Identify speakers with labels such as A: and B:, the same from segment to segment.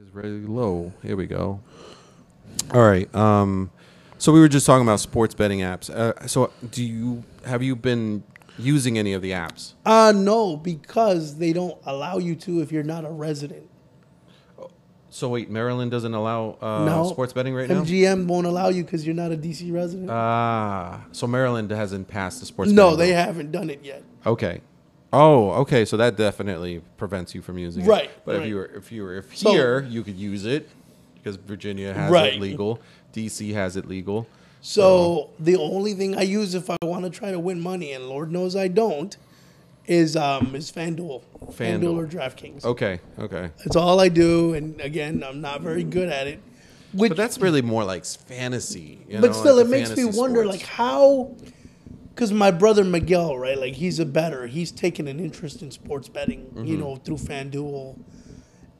A: is really low. Here we go.
B: All right. Um, so we were just talking about sports betting apps. Uh, so do you have you been using any of the apps?
C: Uh, no, because they don't allow you to if you're not a resident.
B: So wait, Maryland doesn't allow uh,
C: no
B: sports betting right now.
C: MGM won't allow you because you're not a DC resident.
B: Ah, so Maryland hasn't passed the sports.
C: no,
B: betting
C: they
B: law.
C: haven't done it yet.
B: Okay. Oh, okay. So that definitely prevents you from using it.
C: Right,
B: But if
C: right.
B: you were if you were if
C: So-
B: here, you could use it because Virginia has
C: Right.
B: it legal. DC has it legal. Oh.
C: So the only thing I use if I want to try to win money, and Lord knows I don't, is um is FanDuel, FanDuel,
B: FanDuel.
C: or DraftKings.
B: Okay. Okay.
C: That's all I do, and again, I'm not very good at it. Which,
B: But that's really more like fantasy. you
C: but
B: know,
C: still,
B: like
C: it
B: the
C: makes me
B: fantasy
C: wonder,
B: sports.
C: like how, because my brother Miguel, right? Like he's a better. He's taken an interest in sports betting,
B: Mm-hmm.
C: you know, through FanDuel,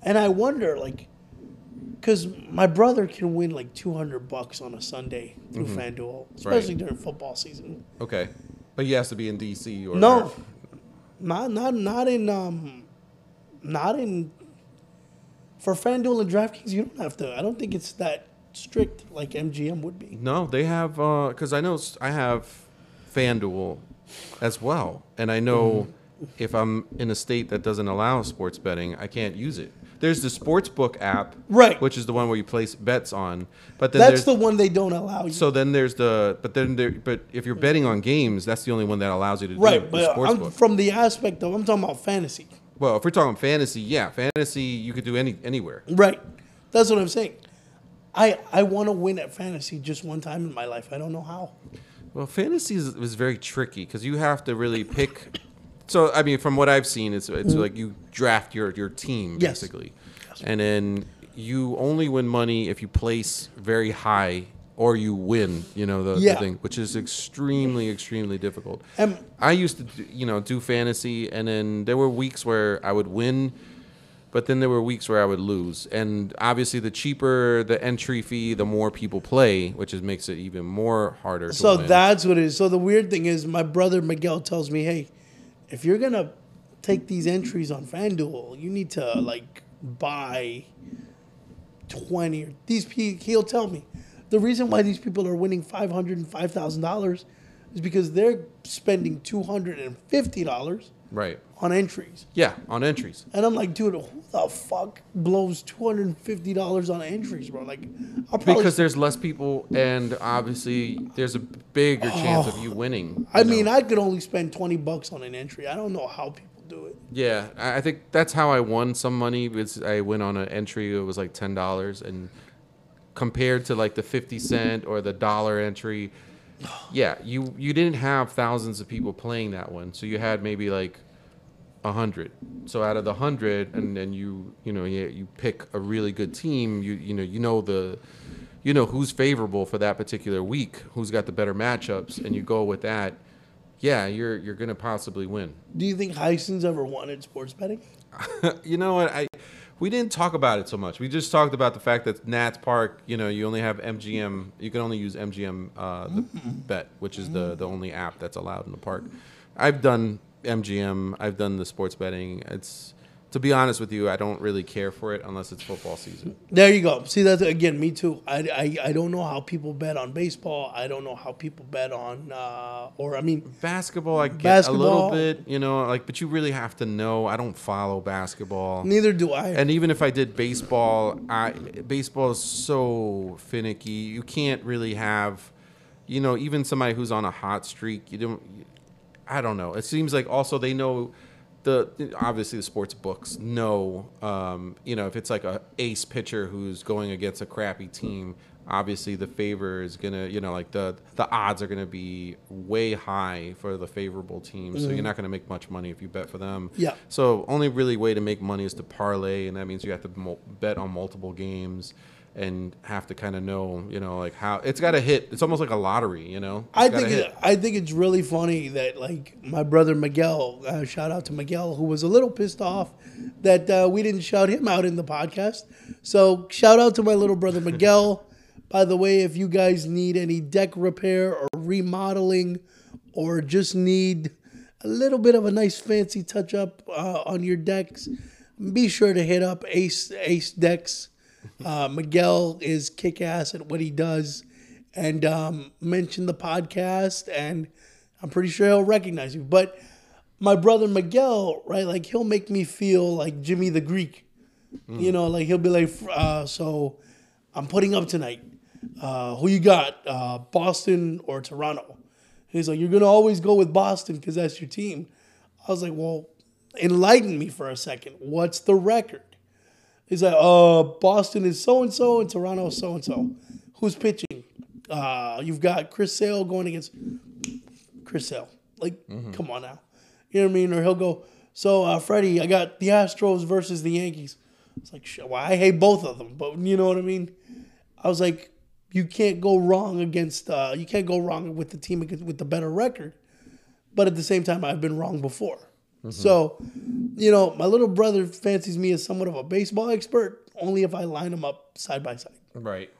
C: and I wonder, like, because my brother can win like 200 bucks on a Sunday through
B: Mm-hmm.
C: FanDuel, especially during football season.
B: Okay. But you has to be in DC or
C: No, not not not in um, not in. For FanDuel and DraftKings, you don't have to. I don't think it's that strict like MGM would be.
B: No, they have because I know s- I have FanDuel as well, and I know
C: Mm-hmm.
B: if I'm in a state that doesn't allow sports betting, I can't use it. There's the sportsbook app,
C: Right.
B: which is the one where you place bets on. But then
C: That's
B: there's
C: the one they don't allow you.
B: so then there's the but then there but if you're betting on games, that's the only one that allows you to do
C: right,
B: it, the
C: but I'm,
B: sportsbook.
C: from the aspect of I'm talking about fantasy.
B: well, if we're talking fantasy, yeah, fantasy you could do any anywhere.
C: Right, that's what I'm saying. I I want to win at fantasy just one time in my life. I don't know how.
B: Well, fantasy is, is very tricky because you have to really pick. So, I mean, from what I've seen, it's it's like you draft your your team
C: Yes.
B: basically, and then you only win money if you place very high or you win. You know the, the
C: Yeah.
B: thing, which is extremely extremely difficult.
C: Um,
B: I used to do, you know do fantasy, and then there were weeks where I would win. But then there were weeks where I would lose, and obviously the cheaper the entry fee, the more people play, which is makes it even more harder. To
C: So
B: win.
C: that's what it is. So the weird thing is, my brother Miguel tells me, "Hey, if you're gonna take these entries on FanDuel, you need to like buy twenty. Or these pe- he'll tell me the reason why these people are winning five hundred and five thousand dollars is because they're spending two hundred and fifty dollars
B: Right.
C: on entries."
B: Yeah, on entries.
C: And I'm like, dude, who the fuck blows two hundred and fifty dollars on entries, bro? Like, I'll probably
B: Because there's less people, and obviously there's a bigger chance of you winning. you
C: I mean,
B: know?
C: I could only spend twenty bucks on an entry. I don't know how people do it.
B: yeah, I I think that's how I won some money. Because I went on an entry, it was like ten dollars, and compared to like the fifty cent or the dollar entry, yeah, you you didn't have thousands of people playing that one, so you had maybe like a hundred. So out of the hundred, and then you you know you, you pick a really good team. You you know you know the you know who's favorable for that particular week, who's got the better matchups, and you go with that. Yeah, you're you're gonna possibly win.
C: Do you think Heisen's ever wanted sports betting?
B: you know what I we didn't talk about it so much. We just talked about the fact that Nats Park, you know, you only have MGM. You can only use MGM uh, the bet, which is the the only app that's allowed in the park. I've done MGM. I've done the sports betting. It's to be honest with you, I don't really care for it unless it's football season.
C: There you go. See that's again, me too. I, I, I don't know how people bet on baseball. I don't know how people bet on, uh, or I mean,
B: Basketball, I get a little
C: Basketball.
B: bit, you know, like, but you really have to know. I don't follow basketball.
C: neither do I.
B: And even if I did baseball, I baseball is so finicky. You can't really have, you know, even somebody who's on a hot streak. You don't. I don't know. It seems like also they know the obviously the sports books know. Um, you know, if it's like a ace pitcher who's going against a crappy team, obviously the favor is gonna. You know, like the the odds are gonna be way high for the favorable team. So you're not gonna make much money if you bet for them.
C: Yeah.
B: So only really way to make money is to parlay, and that means you have to mul- bet on multiple games and have to kind of know, you know, like how it's got to hit. It's almost like a lottery, you know.
C: I
B: It's gotta
C: think it,
B: hit.
C: I think it's really funny that like my brother Miguel, uh, shout out to Miguel, who was a little pissed off that uh, we didn't shout him out in the podcast. So shout out to my little brother Miguel. By the way, if you guys need any deck repair or remodeling, or just need a little bit of a nice fancy touch up uh, on your decks, be sure to hit up Ace Ace Decks Uh, Miguel is kick ass at what he does, and um, mention the podcast, and I'm pretty sure he'll recognize you. But my brother Miguel, right? Like he'll make me feel like Jimmy the Greek. You know, like he'll be like, uh, so I'm putting up tonight. Uh, who you got, uh, Boston or Toronto? He's like, you're gonna always go with Boston because that's your team. I was like, well, enlighten me for a second. What's the record? He's like, uh, Boston is so and so and Toronto is so and so. Who's pitching? Uh, you've got Chris Sale going against Chris Sale. Like, come on now. You know what I mean? Or he'll go, so uh, Freddie, I got the Astros versus the Yankees. It's like, shit, well, I hate both of them, but you know what I mean? I was like, you can't go wrong against, uh, you can't go wrong with the team against, with the better record. But at the same time, I've been wrong before.
B: Mm-hmm.
C: So, you know, my little brother fancies me as somewhat of a baseball expert, only if I line them up side by side
B: Right.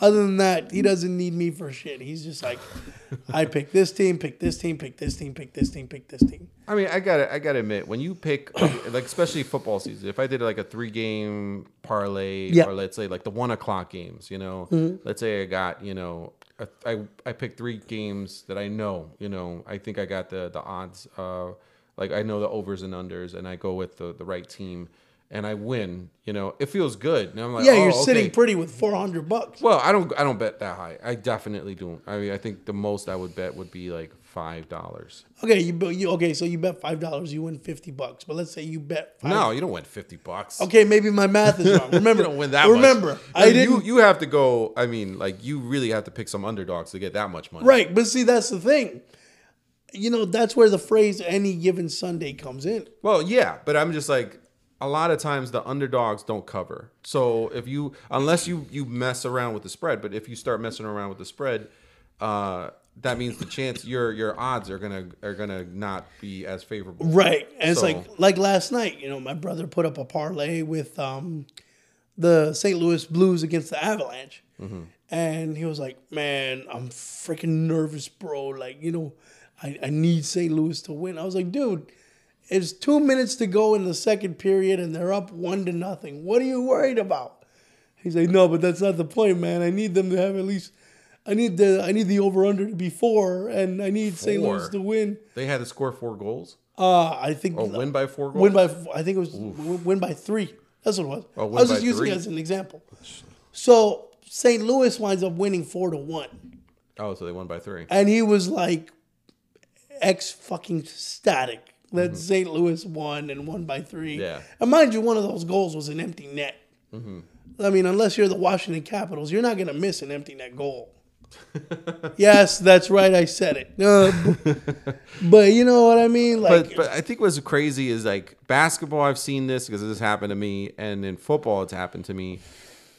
C: other than that, he doesn't need me for shit. He's just like, I pick this team, pick this team, pick this team, pick this team, pick this team.
B: I mean, I gotta, I gotta admit, when you pick, like, especially football season, if I did like a three-game parlay,
C: Yeah. Mm-hmm.
B: or let's say like the one o'clock games, you know, let's say I got, you know, I, I, I picked three games that I know, you know, I think I got the the odds, uh, like I know the overs and unders, and I go with the the right team, and I win, you know, it feels good, and I'm like,
C: Yeah,
B: oh,
C: you're
B: okay.
C: sitting pretty with 400 bucks.
B: Well, I don't, I don't bet that high. I definitely don't. I mean, I think the most I would bet would be like five dollars.
C: Okay, you, bet- you okay? So you bet five dollars, you win 50 bucks. But let's say you bet five.
B: No, you don't win fifty bucks.
C: Okay, maybe my math is wrong. Remember,
B: You don't win that. much.
C: Remember, I
B: mean,
C: didn't.
B: You, you have to go. I mean, like you really have to pick some underdogs to get that much money.
C: Right, but see, that's the thing. You know, that's where the phrase "any given Sunday" comes in.
B: Well, yeah, but I'm just like a lot of times the underdogs don't cover. So if you unless you you mess around with the spread, but if you start messing around with the spread, uh, that means the chance your your odds are gonna are gonna not be as favorable.
C: Right. And
B: So-
C: it's like like last night, you know, my brother put up a parlay with um the St. Louis Blues against the Avalanche.
B: Mm-hmm.
C: And he was like, Man, I'm freaking nervous, bro. Like, you know, I, I need St. Louis to win. I was like, dude, it's two minutes to go in the second period and they're up one to nothing. What are you worried about? He's like, No, but that's not the point, man. I need them to have at least I need the I need the over under to be four and I need St. Louis
B: Four.
C: to win.
B: They had to score four goals
C: Uh, I think
B: or win by four goals.
C: Win by I think it was w win by three. That's what it was.
B: Oh, win
C: I was
B: by
C: just using
B: three.
C: it as an example. So St. Louis winds up winning four to one,
B: oh, so they won by three.
C: and he was like, ex fucking static that St. Louis won and won by three.
B: Mm-hmm. Yeah. Mm-hmm.
C: and mind you, one of those goals was an empty net. I mean, unless you're the Washington Capitals, you're not gonna miss an empty net goal. yes, that's right. I said it. Uh, b- but you know what I mean. Like,
B: but, but I think what's crazy is like basketball. I've seen this because this happened to me, and in football, it's happened to me.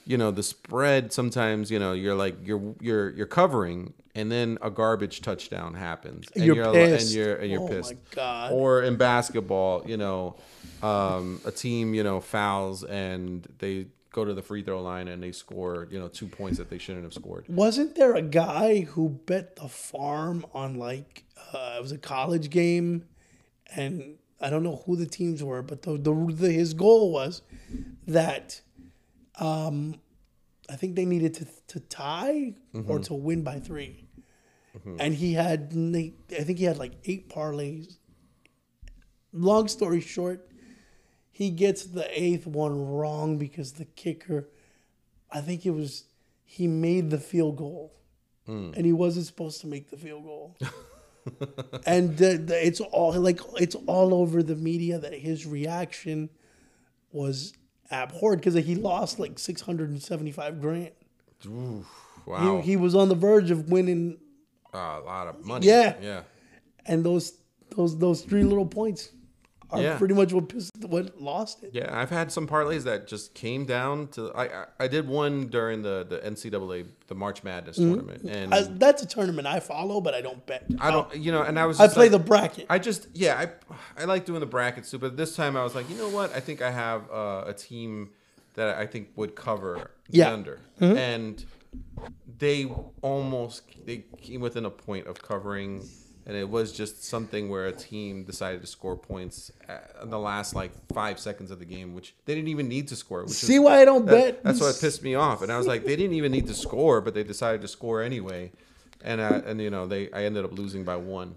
B: You know, the spread sometimes. You know, you're like you're you're you're covering, and then a garbage touchdown happens, and
C: You're
B: li-
C: pissed.
B: and you're and you're
C: Oh my
B: pissed.
C: God.
B: Or in basketball, you know, um, a team you know fouls and they go to the free throw line and they score you know two points that they shouldn't have scored.
C: Wasn't there a guy who bet the farm on like uh, it was a college game, and I don't know who the teams were, but the, the, the his goal was that, um, I think they needed to to tie or to win by 3 and he had n- I think he had like eight parlays. Long story short, he gets the eighth one wrong because the kicker. I think it was he made the field goal,
B: Hmm.
C: and he wasn't supposed to make the field goal. and the, the, it's all like it's all over the media that his reaction was abhorred because he lost like six hundred and seventy-five grand.
B: Wow,
C: He, he was on the verge of winning,
B: Ah, a lot of money.
C: Yeah.
B: yeah.
C: and those those those three little points are
B: Yeah.
C: pretty much what pissed, what lost it.
B: Yeah, I've had some parlays that just came down to. I I, I did one during the the NCAA the March Madness tournament, and
C: Mm-hmm. I,
B: I,
C: that's a tournament I follow, but I don't bet.
B: don't, you know, and I was.
C: I
B: just
C: play
B: like-
C: the bracket.
B: I just yeah, I I like doing the brackets too, but this time I was like, you know what? I think I have uh, a team that I think would cover the
C: Yeah. Mm-hmm.
B: under, and they almost they came within a point of covering and it was just something where a team decided to score points at- in the last like five seconds of the game, which they didn't even need to score. Which
C: See why I don't
B: that,
C: bet?
B: that's what pissed me off, and I was like, they didn't even need to score, but they decided to score anyway, and I, and you know they I ended up losing by one,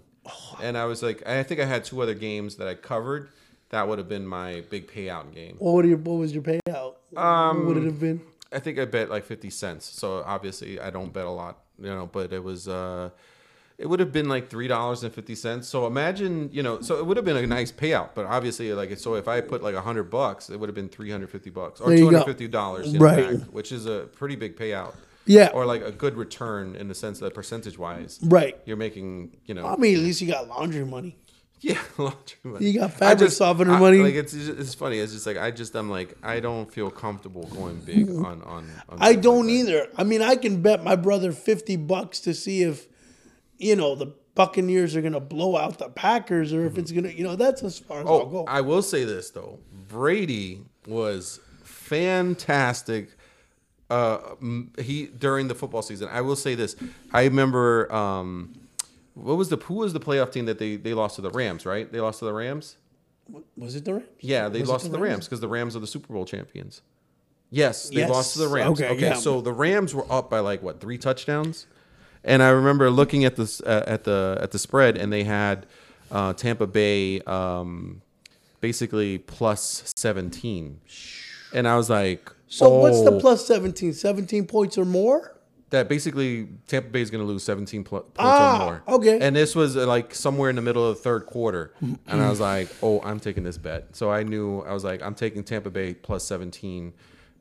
B: and I was like, and I think I had two other games that I covered. That would have been my big payout game. Um,
C: What, would your, what was your payout? what would it have been?
B: I think I bet like 50 cents. So obviously I don't bet a lot, you know, but it was uh it would have been like $3.50. So imagine, you know, so it would have been a nice payout, but obviously like so if I put like 100 bucks, it would have been 350 bucks or
C: There you go.
B: $250 in right.
C: Right.
B: fact, which is a pretty big payout.
C: Yeah.
B: Or like a good return in the sense that percentage wise.
C: Right.
B: You're making, you know,
C: I mean, at least you got laundry money.
B: yeah, laundry money.
C: You got
B: I
C: fabric
B: just-
C: softener
B: I-
C: money.
B: Like it's it's funny. It's just like I just I'm like I don't feel comfortable going big on on. on
C: I
B: something like
C: don't
B: that.
C: either. I mean, I can bet my brother 50 bucks to see if, you know, the Buccaneers are going to blow out the Packers or if it's going to, you know, that's as far as I'll
B: Mm-hmm. Oh,
C: go.
B: I will say this though, Brady was fantastic. Uh, m- he during the football season. I will say this. I remember um, what was the who was the playoff team that they they lost to the Rams? Right? They lost to the Rams.
C: was it the Rams?
B: Yeah, they
C: Was it
B: lost to the Rams because the Rams are the Super Bowl champions. Yes, they lost to the
C: Yes.
B: Rams. Okay,
C: Okay, yeah.
B: so the Rams were up by like what three touchdowns, and I remember looking at this uh, at the at the spread, and they had uh, Tampa Bay um, basically plus seventeen, and I was like,
C: So what's the
B: "Oh,
C: plus 17? 17 points or more?
B: that basically Tampa Bay is going to lose 17 pl- points
C: Ah,
B: or more.
C: okay. Mm-hmm.
B: And this was uh, like somewhere in the middle of the third quarter. And I was like, oh, I'm taking this bet. So I knew, I was like, I'm taking Tampa Bay plus 17,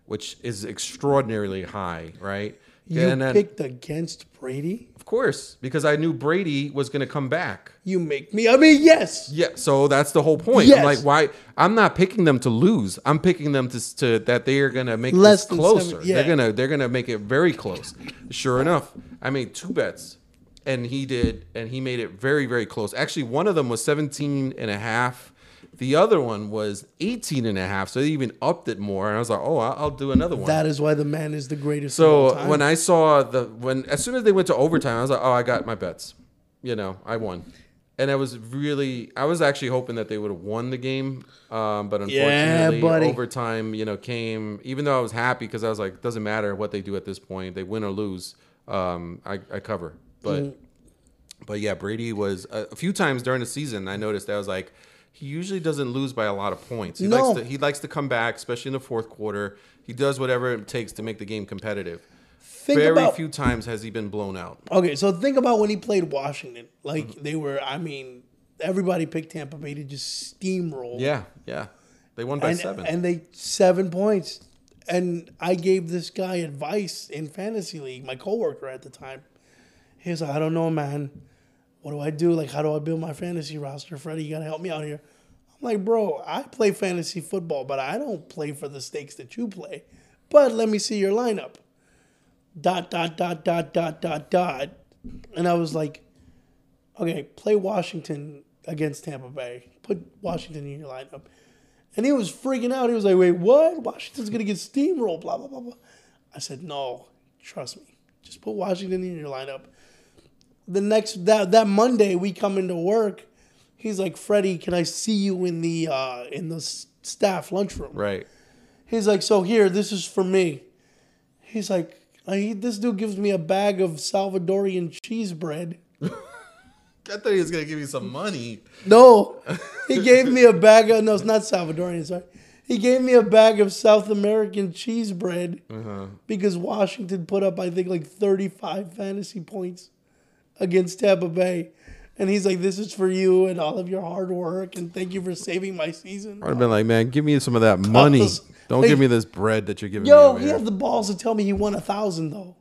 B: which is extraordinarily high, right?
C: You
B: and then,
C: picked against Brady?
B: of course, because I knew Brady was going to come back.
C: You make me. I mean, yes.
B: Yeah, so that's the whole point. I'm
C: Yes.
B: like, why? I'm not picking them to lose. I'm picking them to, to that they are gonna make
C: Less
B: this
C: than
B: closer.
C: seven- yeah.
B: They're gonna they're gonna make it very close. Sure enough, I made two bets, and he did, and he made it very very close. Actually, one of them was 17 and a half. The other one was 18 and a half. So they even upped it more, and I was like, oh, I'll, I'll do another one.
C: That is why the man is the greatest.
B: So when I saw the when as soon as they went to overtime, I was like, oh, I got my bets. You know, I won. And I was really, I was actually hoping that they would have won the game, um, but
C: Yeah,
B: unfortunately,
C: buddy.
B: overtime, you know, came. Even though I was happy because I was like, doesn't matter what they do at this point, they win or lose, um, I, I cover. But,
C: Mm.
B: but yeah, Brady was a, a few times during the season. I noticed that I was like, he usually doesn't lose by a lot of points. He
C: No.
B: likes to, he likes to come back, especially in the fourth quarter. He does whatever it takes to make the game competitive
C: think
B: very
C: about
B: few times has he been blown out.
C: Okay, so think about when he played Washington. Like they were, I mean, everybody picked Tampa Bay to just steamroll.
B: Yeah, yeah. They won by
C: and,
B: seven.
C: and they seven points. And I gave this guy advice in fantasy league, my coworker at the time. He was like, I don't know, man. What do I do? Like, how do I build my fantasy roster? Freddie, you gotta help me out here. I'm like, bro, I play fantasy football, but I don't play for the stakes that you play. But let me see your lineup. Dot dot dot dot dot dot dot. And I was like, okay, play Washington against Tampa Bay. Put Washington in your lineup. And he was freaking out. He was like, wait, what? Washington's going to get steamrolled, blah, blah, blah, blah. I said, no, trust me. Just put Washington in your lineup. The next, that, that Monday, we come into work. He's like, Freddie, can I see you in the, uh, in the s- staff lunchroom?
B: right.
C: He's like, so here, this is for me. He's like, I, he, this dude gives me a bag of Salvadorian cheese bread.
B: I thought he was gonna give you some money.
C: No, he gave me a bag of no, it's not Salvadorian. Sorry, he gave me a bag of South American cheese bread because Washington put up, I think, like thirty-five fantasy points against Tampa Bay, and he's like, "This is for you and all of your hard work, and thank you for saving my season."
B: I'd have been like, man, give me some of that money. Don't
C: Hey.
B: give me this bread that you're giving me.
C: Yo,
B: over
C: he
B: here.
C: had the balls to tell me he won a thousand though.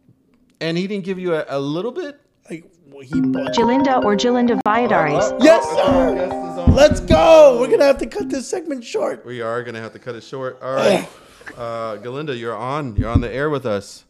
B: And he didn't give you a, a little bit.
C: Like well, he bought.
D: Jalinda or Jalinda Valladares.
C: Yes, sir. Let's go. We're gonna have to cut this segment short.
B: We are gonna have to cut it short. All right, uh, Galinda, you're on. You're on the air with us.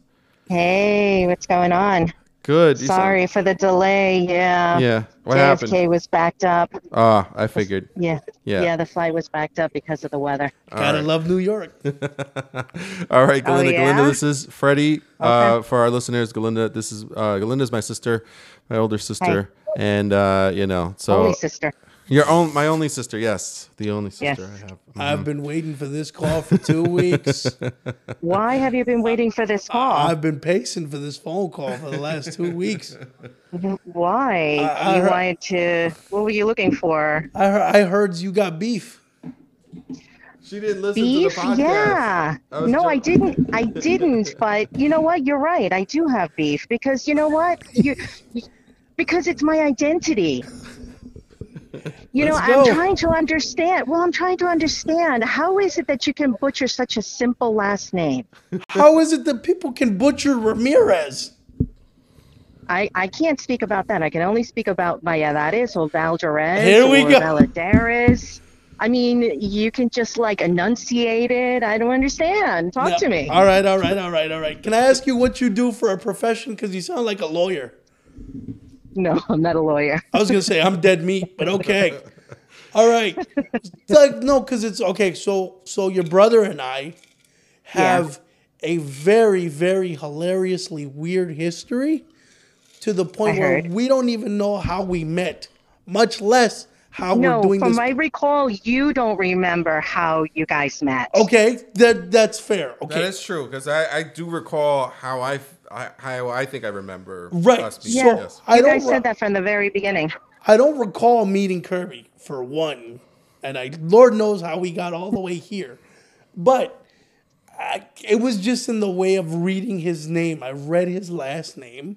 D: Hey, what's going on?
B: Good. You sound-
D: Sorry for the delay. Yeah.
B: Yeah. What
D: JFK
B: happened?
D: was backed up.
B: Ah, I figured.
D: Yeah.
B: Yeah.
D: Yeah, the flight was backed up because of the weather.
C: Gotta love New York.
B: All right, Galinda.
D: Oh, yeah?
B: Galinda, this is Freddie. Uh, for our listeners, Galinda, this is uh, Galinda's my sister, my older sister. and uh, you know, so
D: Holy sister.
B: your own, my only sister, yes, the only
D: Yes.
B: sister I have. Uh,
C: I've been waiting for this call for two weeks.
D: Why have you been waiting for this call?
C: I've been pacing for this phone call for the last two weeks.
D: Why?
C: I- I
D: you
C: heard-
D: wanted to. What were you looking for?
C: I heard, I heard you got beef.
B: She didn't listen
D: Beef?
B: to the podcast.
D: Yeah.
B: I was
D: no, I
B: joking.
D: didn't. I didn't. But you know what? You're right. I do have beef because you know what? You, because it's my identity. You know,
C: Let's
D: I'm
C: go.
D: trying to understand. Well, I'm trying to understand how is it that you can butcher such a simple last name?
C: How is it that people can butcher Ramirez?
D: I, I can't speak about that. I can only speak about Valladares or Valderez
C: Here we
D: or
C: go.
D: Valladares. I mean, you can just like enunciate it. I don't understand. Talk
C: No.
D: to me.
C: All right, all right, all right, all right. Can I ask you what you do for a profession? Because you sound like a lawyer.
D: No, I'm not a lawyer.
C: I was gonna say I'm dead meat, but okay. All right. Like no, because it's okay. So so your brother and I have a very very hilariously weird history to the point
D: I
C: where
D: heard.
C: we don't even know how we met, much less how
D: No,
C: we're doing
D: from
C: this.
D: my recall, you don't remember how you guys met.
C: okay, that that's fair. Okay.
A: That is true because I, I do recall how I, f- I- how I think I remember
C: Right.
A: us being.
D: Yeah,
A: Yes.
C: I
D: you
C: don't
D: guys
C: re-
D: said that from the very beginning.
C: I don't recall meeting Kirby for one, and I Lord knows how we got all the way here, but I, it was just in the way of reading his name. I read his last name,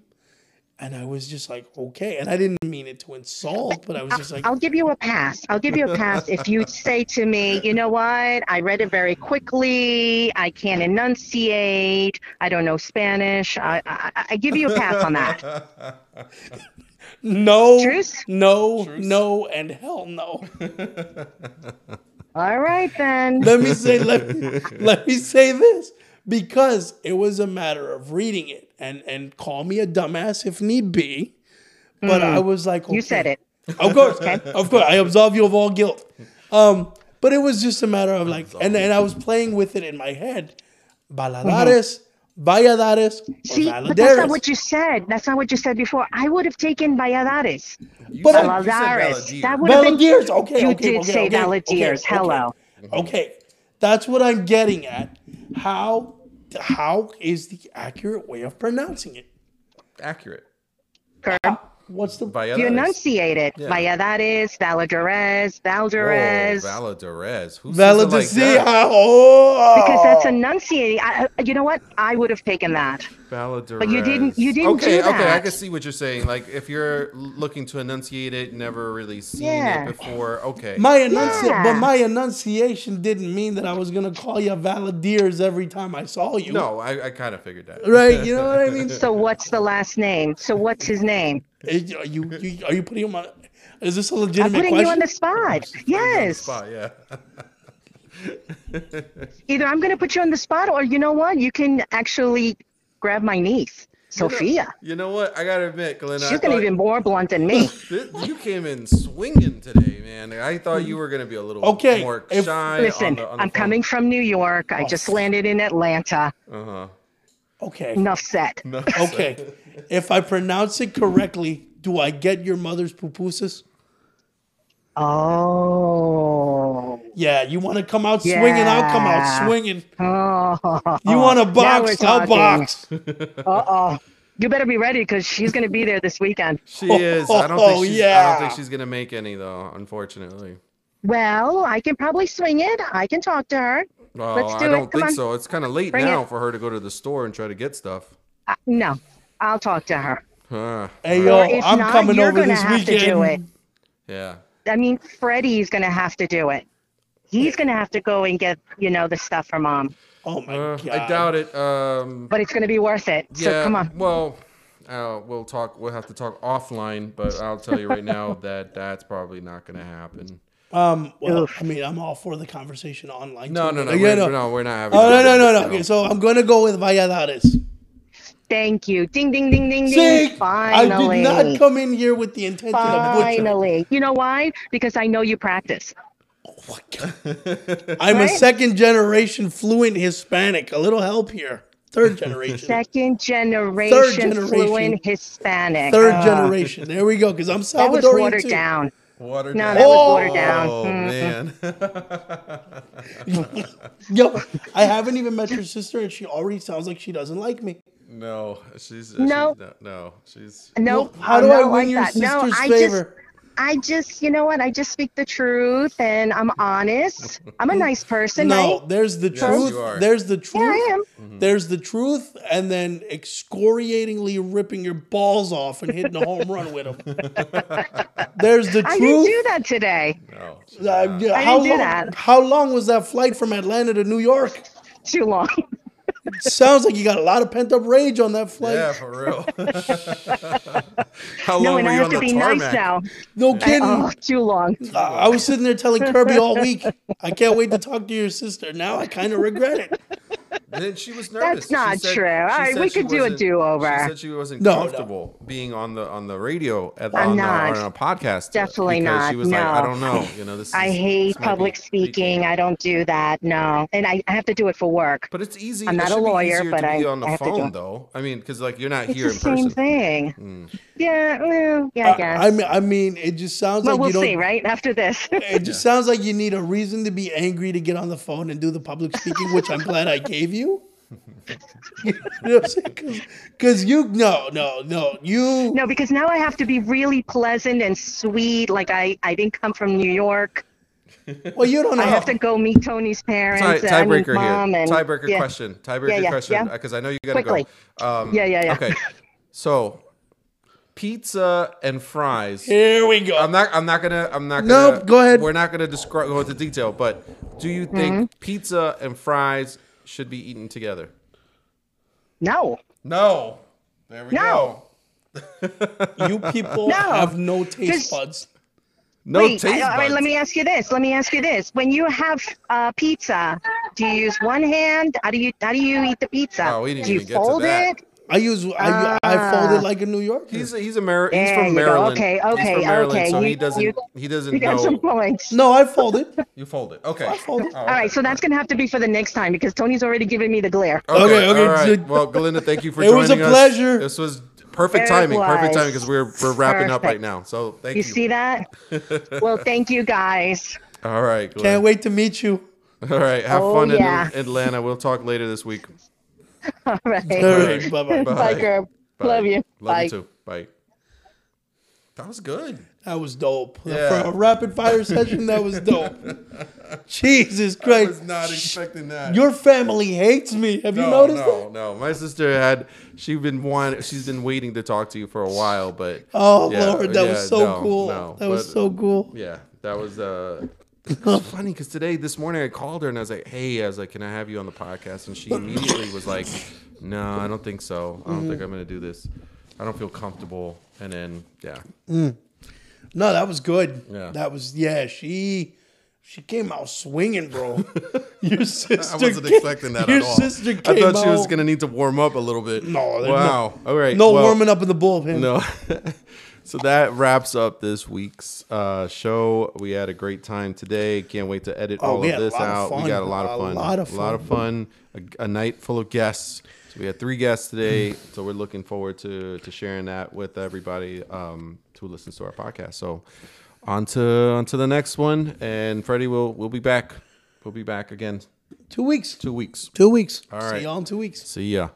C: and I was just like, okay, and I didn't mean it to insult, but I was just like,
D: I'll give you a pass. I'll give you a pass if you say to me, you know what? I read it very quickly. I can't enunciate. I don't know Spanish. I I, I- I give you a pass on that.
C: no,
D: Truce?
C: no, no, and hell no.
D: All right then.
C: let me say let me, let me say this because it was a matter of reading it and and call me a dumbass if need be, but I was like,
D: Mm. You said
C: okay.
D: it.
C: Of course, of course, I absolve you of all guilt. Um, but it was just a matter of like, and, and I was playing with it in my head. Baladares,
A: Mm-hmm.
C: Valladares, or
D: See, but that's
C: Valadares.
D: not what you said. That's not what you said before. I would have taken Valladares.
A: You
C: But
A: said-
C: I-
A: you said
D: Valladares.
A: Valadier.
D: That would have been
C: Valadiers. Okay,
D: You
C: okay,
D: did
C: okay,
D: say
C: okay,
D: Valadiers.
C: okay,
D: Hello.
C: Okay, okay, that's what I'm getting at. How how is the accurate way of pronouncing it?
A: accurate.
D: Curb.
C: What's the
A: Valadares.
D: You enunciate it. Valladares, Valladares,
B: Oh,
A: Whoa,
D: Valderez.
A: Valadares. Who says it
C: Valadasia?
A: like that?
C: oh,
D: because that's enunciating. I, I- you know what? I would have taken that.
A: Valadares.
D: But you didn't- you didn't
A: Okay,
D: do
A: okay, I
D: that.
A: can see what you're saying. Like if you're looking to enunciate it, never really seen
D: Yeah.
A: it before. Okay.
C: My enunci-
D: Yeah.
C: but my enunciation didn't mean that I was gonna call you Valadiers every time I saw you.
A: no, I, I kind of figured that.
C: Right, you know what I mean?
D: So what's the last name? So what's his name?
C: Is- Are you, you are you putting him on? Is this a
D: I'm
C: legitimate
D: putting
C: question?
D: you on the spot. Yes.
A: Spot, yeah.
D: Either I'm going to put you on the spot, or you know what? You can actually grab my niece, Sophia.
A: You know what? I gotta admit, Glenn. I
D: She's going to
A: thought-
D: be more blunt than me.
A: This, you came in swinging today, man. I thought you were gonna be a little
C: Okay,
A: more
C: if-
A: shy. on
D: Listen,
A: the, on the phone.
D: I'm
A: Oh.
D: coming from New York. I just landed in Atlanta.
C: okay,
D: Enough said.
C: okay. if I pronounce it correctly, do I get your mother's pupusas?
D: Oh.
C: Yeah, you want to come out swinging? I'll come out
D: Yeah.
C: swinging.
D: Oh.
C: You want to box?
D: we're
C: I'll box.
D: Uh-oh. You better be ready because she's going to be there this weekend.
A: She is. I don't think
C: Oh,
A: she's. I
C: yeah.
A: don't think she's gonna make any though. Unfortunately.
D: Well, I can probably swing it. I can talk to her.
A: Well,
D: Let's do
A: I
D: it.
A: don't
D: Come
A: think
D: on.
A: so. It's kind of late
D: Bring
A: now
D: it.
A: for her to go to the store and try to get stuff.
D: Uh, no, I'll talk to her.
A: Huh.
C: Hey yo,
D: Or if
C: Oh, I'm
D: not,
C: coming
D: you're
C: over
D: gonna
C: this
D: have
C: weekend.
D: to do it.
A: Yeah.
D: I mean, Freddie's going to have to do it. He's going to have to go and get, you know, the stuff for mom.
C: Oh my
A: Uh,
C: god!
A: I doubt it. Um.
D: But it's going to be worth it.
A: Yeah.
D: So come on.
A: Well. Uh, we'll talk. We'll have to talk offline, but I'll tell you right now that that's probably not going to happen.
C: Um, well, I mean, I'm all for the conversation online.
A: No,
C: too.
A: no, no,
C: Yeah,
A: we're,
C: no.
A: uh, no, we're not having.
C: Oh no,
A: that.
C: no, no, no. Okay, so I'm gonna go with Valladares.
D: Thank you. Ding, ding, ding, ding,
C: See,
D: ding.
C: I
D: Finally.
C: did not come in here with the intention of
D: Finally. You know why? Because I know you practice.
C: butchering. I'm a
D: Right?
C: second generation fluent Hispanic. A little help here. Third generation.
D: Second generation,
C: generation.
D: fluent Hispanic.
C: Third
D: Ah,
C: generation. There we go. Because I'm
D: that was
C: Salvadorian
D: watered
C: too.
D: down.
B: Water
D: No,
B: down.
D: that was
C: Oh!
D: watered down.
B: Oh
D: Mm.
B: man.
C: Yo, I haven't even met your sister, and she already sounds like she doesn't like me.
B: no, she's
D: No.
B: she's- no, she's
D: Oh, No,
C: How do
D: I'm
C: I
D: not
C: win
D: like
C: your
D: that.
C: sister's
D: no, I
C: favor?
D: Just, I just, you know what? I just speak the truth, and I'm honest. I'm a nice person.
C: no,
D: right?
C: there's the
B: you
C: truth.
B: are. Mm-hmm.
C: There's the truth.
D: I
C: There's the truth, and then excoriatingly ripping your balls off and hitting a home run with them. There's the
D: I didn't do
C: truth.
D: that today.
B: no. She's
C: Uh,
B: not.
C: yeah,
D: I
C: how
D: didn't do
C: long?
D: that.
C: How long was that flight from Atlanta to New York?
D: Too long.
C: Sounds like you got a lot of pent up rage on that flight.
B: yeah, for real. How
D: No,
B: long
D: and
B: were
D: I
B: you
D: have
B: on
D: to
B: the
D: be
B: tarmac?
D: nice now.
C: No kidding.
D: Oh, too long.
C: I I was sitting there telling Kirby all week, I can't wait to talk to your sister. Now I kind of regret it.
B: Then she was nervous.
D: That's
B: She
D: not
B: said-
D: true.
B: she
D: All right,
B: said
D: we
B: she
D: could do a
B: wasn't-
D: do-over.
B: She said she wasn't
C: No, no.
B: comfortable being on the on the radio at,
D: I'm
B: on,
D: not.
B: The, on a podcast.
D: Definitely
B: because
D: not.
B: She was like, I
D: No.
B: don't know. You know, this.
D: I
B: is-
D: hate
B: this might be
D: public speaking.
B: peaking.
D: I don't do that. No, and I, I have to do it for work.
B: But it's easy.
D: I'm
B: it
D: not a
B: should be
D: lawyer,
B: easier
D: but
B: to be
D: I-
B: on the
D: I have to do
B: phone
D: it.
B: though. I mean, because like you're not
D: It's
B: here
D: the
B: in
D: same
B: person. Hmm.
D: thing. Yeah, well, yeah, I guess.
C: I, mean, I mean, it just sounds
D: well,
C: like you
D: we'll
C: don't.
D: see, right? After this.
C: It just sounds like you need a reason to be angry to get on the phone and do the public speaking, which I'm glad I gave you. Because you, no, no, no, you.
D: No, because now I have to be really pleasant and sweet. Like I, I didn't come from New York.
C: Well, you don't know.
D: I have to go meet Tony's parents.
B: Oh. Tie,
D: uh, I mean,
B: tiebreaker
D: mom
B: here.
D: And,
B: Tiebreaker
D: yeah.
B: question. Tiebreaker
D: yeah,
B: question.
D: yeah.
B: Because I know you gotta
D: Quickly.
B: go. Um,
D: Yeah, yeah, yeah.
B: Okay. So, pizza and fries.
C: Here we go.
B: I'm not. I'm not gonna. I'm not.
C: Nope,
B: Gonna,
C: go ahead.
B: We're not gonna describe go into detail. But do you think
D: Mm-hmm.
B: pizza and fries should be eaten together?
D: No,
B: No. There we
D: No.
C: you people
D: No.
C: have no taste
D: Just-
C: buds.
B: No
D: wait.
B: taste
D: I, all right,
B: buds.
D: let me ask you this. Let me ask you this. When you have uh, pizza, do you use one hand? How do you how do you eat the pizza?
B: Oh, we didn't
D: do you
B: even get to
D: fold
B: that.
D: it?
C: I use, I,
D: Ah.
C: I fold it like a New Yorker.
B: He's he's a Mar- he's
D: There
B: from
D: you go.
B: Maryland.
D: Okay,
B: He's
D: okay,
B: from Maryland,
D: okay.
B: So
D: You-
B: he doesn't
D: you-
B: he doesn't
D: You got
B: know.
D: some points.
C: no, I fold it.
B: You fold it. Okay.
C: I fold it.
D: All right, so that's gonna have to be for the next time because Tony's already giving me the glare.
B: Okay.
C: Okay, okay,
B: All right.
C: dude.
B: Well, Glinda, thank you for
C: It
B: joining
C: was
B: us.
C: a pleasure.
B: This was perfect
D: It
B: timing. Perfect
D: was
B: timing because we're we're wrapping up right
D: perfect.
B: now. So thank you.
D: You see that? well, thank you guys.
B: All right. Glinda.
C: Can't wait to meet you.
B: All right. Have
D: Oh,
B: fun
D: yeah.
B: in Atlanta. We'll talk later this week.
D: All right.
C: All
B: right.
C: right, bye bye.
D: Bye, girl. Love you.
B: Love
D: Bye.
B: you too. Bye. That was good.
C: That was dope.
B: Yeah.
C: For a rapid fire session, that was dope. Jesus Christ.
B: expecting that.
C: Your family hates me. Have you
B: no,
C: noticed
B: no,
C: that?
B: no. My sister had she's been wanting, she's been waiting to talk to you for a while, but
C: Oh
B: Yeah,
C: Lord, that
B: yeah,
C: was so
B: no,
C: cool.
B: no,
C: that was
B: but-
C: so cool.
B: yeah, that was uh it's funny because today, this morning, I called her and I was like, "Hey," I was like, "Can I have you on the podcast?" And she immediately was like, "No, I don't think so. I don't
C: Mm.
B: think I'm gonna do this. I don't feel comfortable." And then, yeah,
C: No, that was good.
B: Yeah.
C: That was yeah. She she came out swinging, bro. Your sister.
B: I wasn't
C: came-
B: expecting that
C: Your
B: at all.
C: sister
B: I
C: came
B: thought she was
C: out-
B: gonna need to warm up a little bit.
C: No, there's
B: wow. all right.
C: No
B: well,
C: warming up in the bullpen.
B: No. so that wraps up this week's uh, show. We had a great time today. Can't wait to edit
C: Oh,
B: all
C: we
B: of
C: had a
B: this
C: lot of
B: out.
C: fun.
B: We got a lot
C: A
B: of fun.
C: lot of
B: A lot of fun. A, a night full of guests. So we had three guests today. so we're looking forward to to sharing that with everybody um, who listens to our podcast. So on to on to the next one. And Freddie will will be back. We'll be back again
C: Two weeks.
B: two weeks.
C: Two weeks.
B: right.
C: See y'all in two weeks.
B: See ya.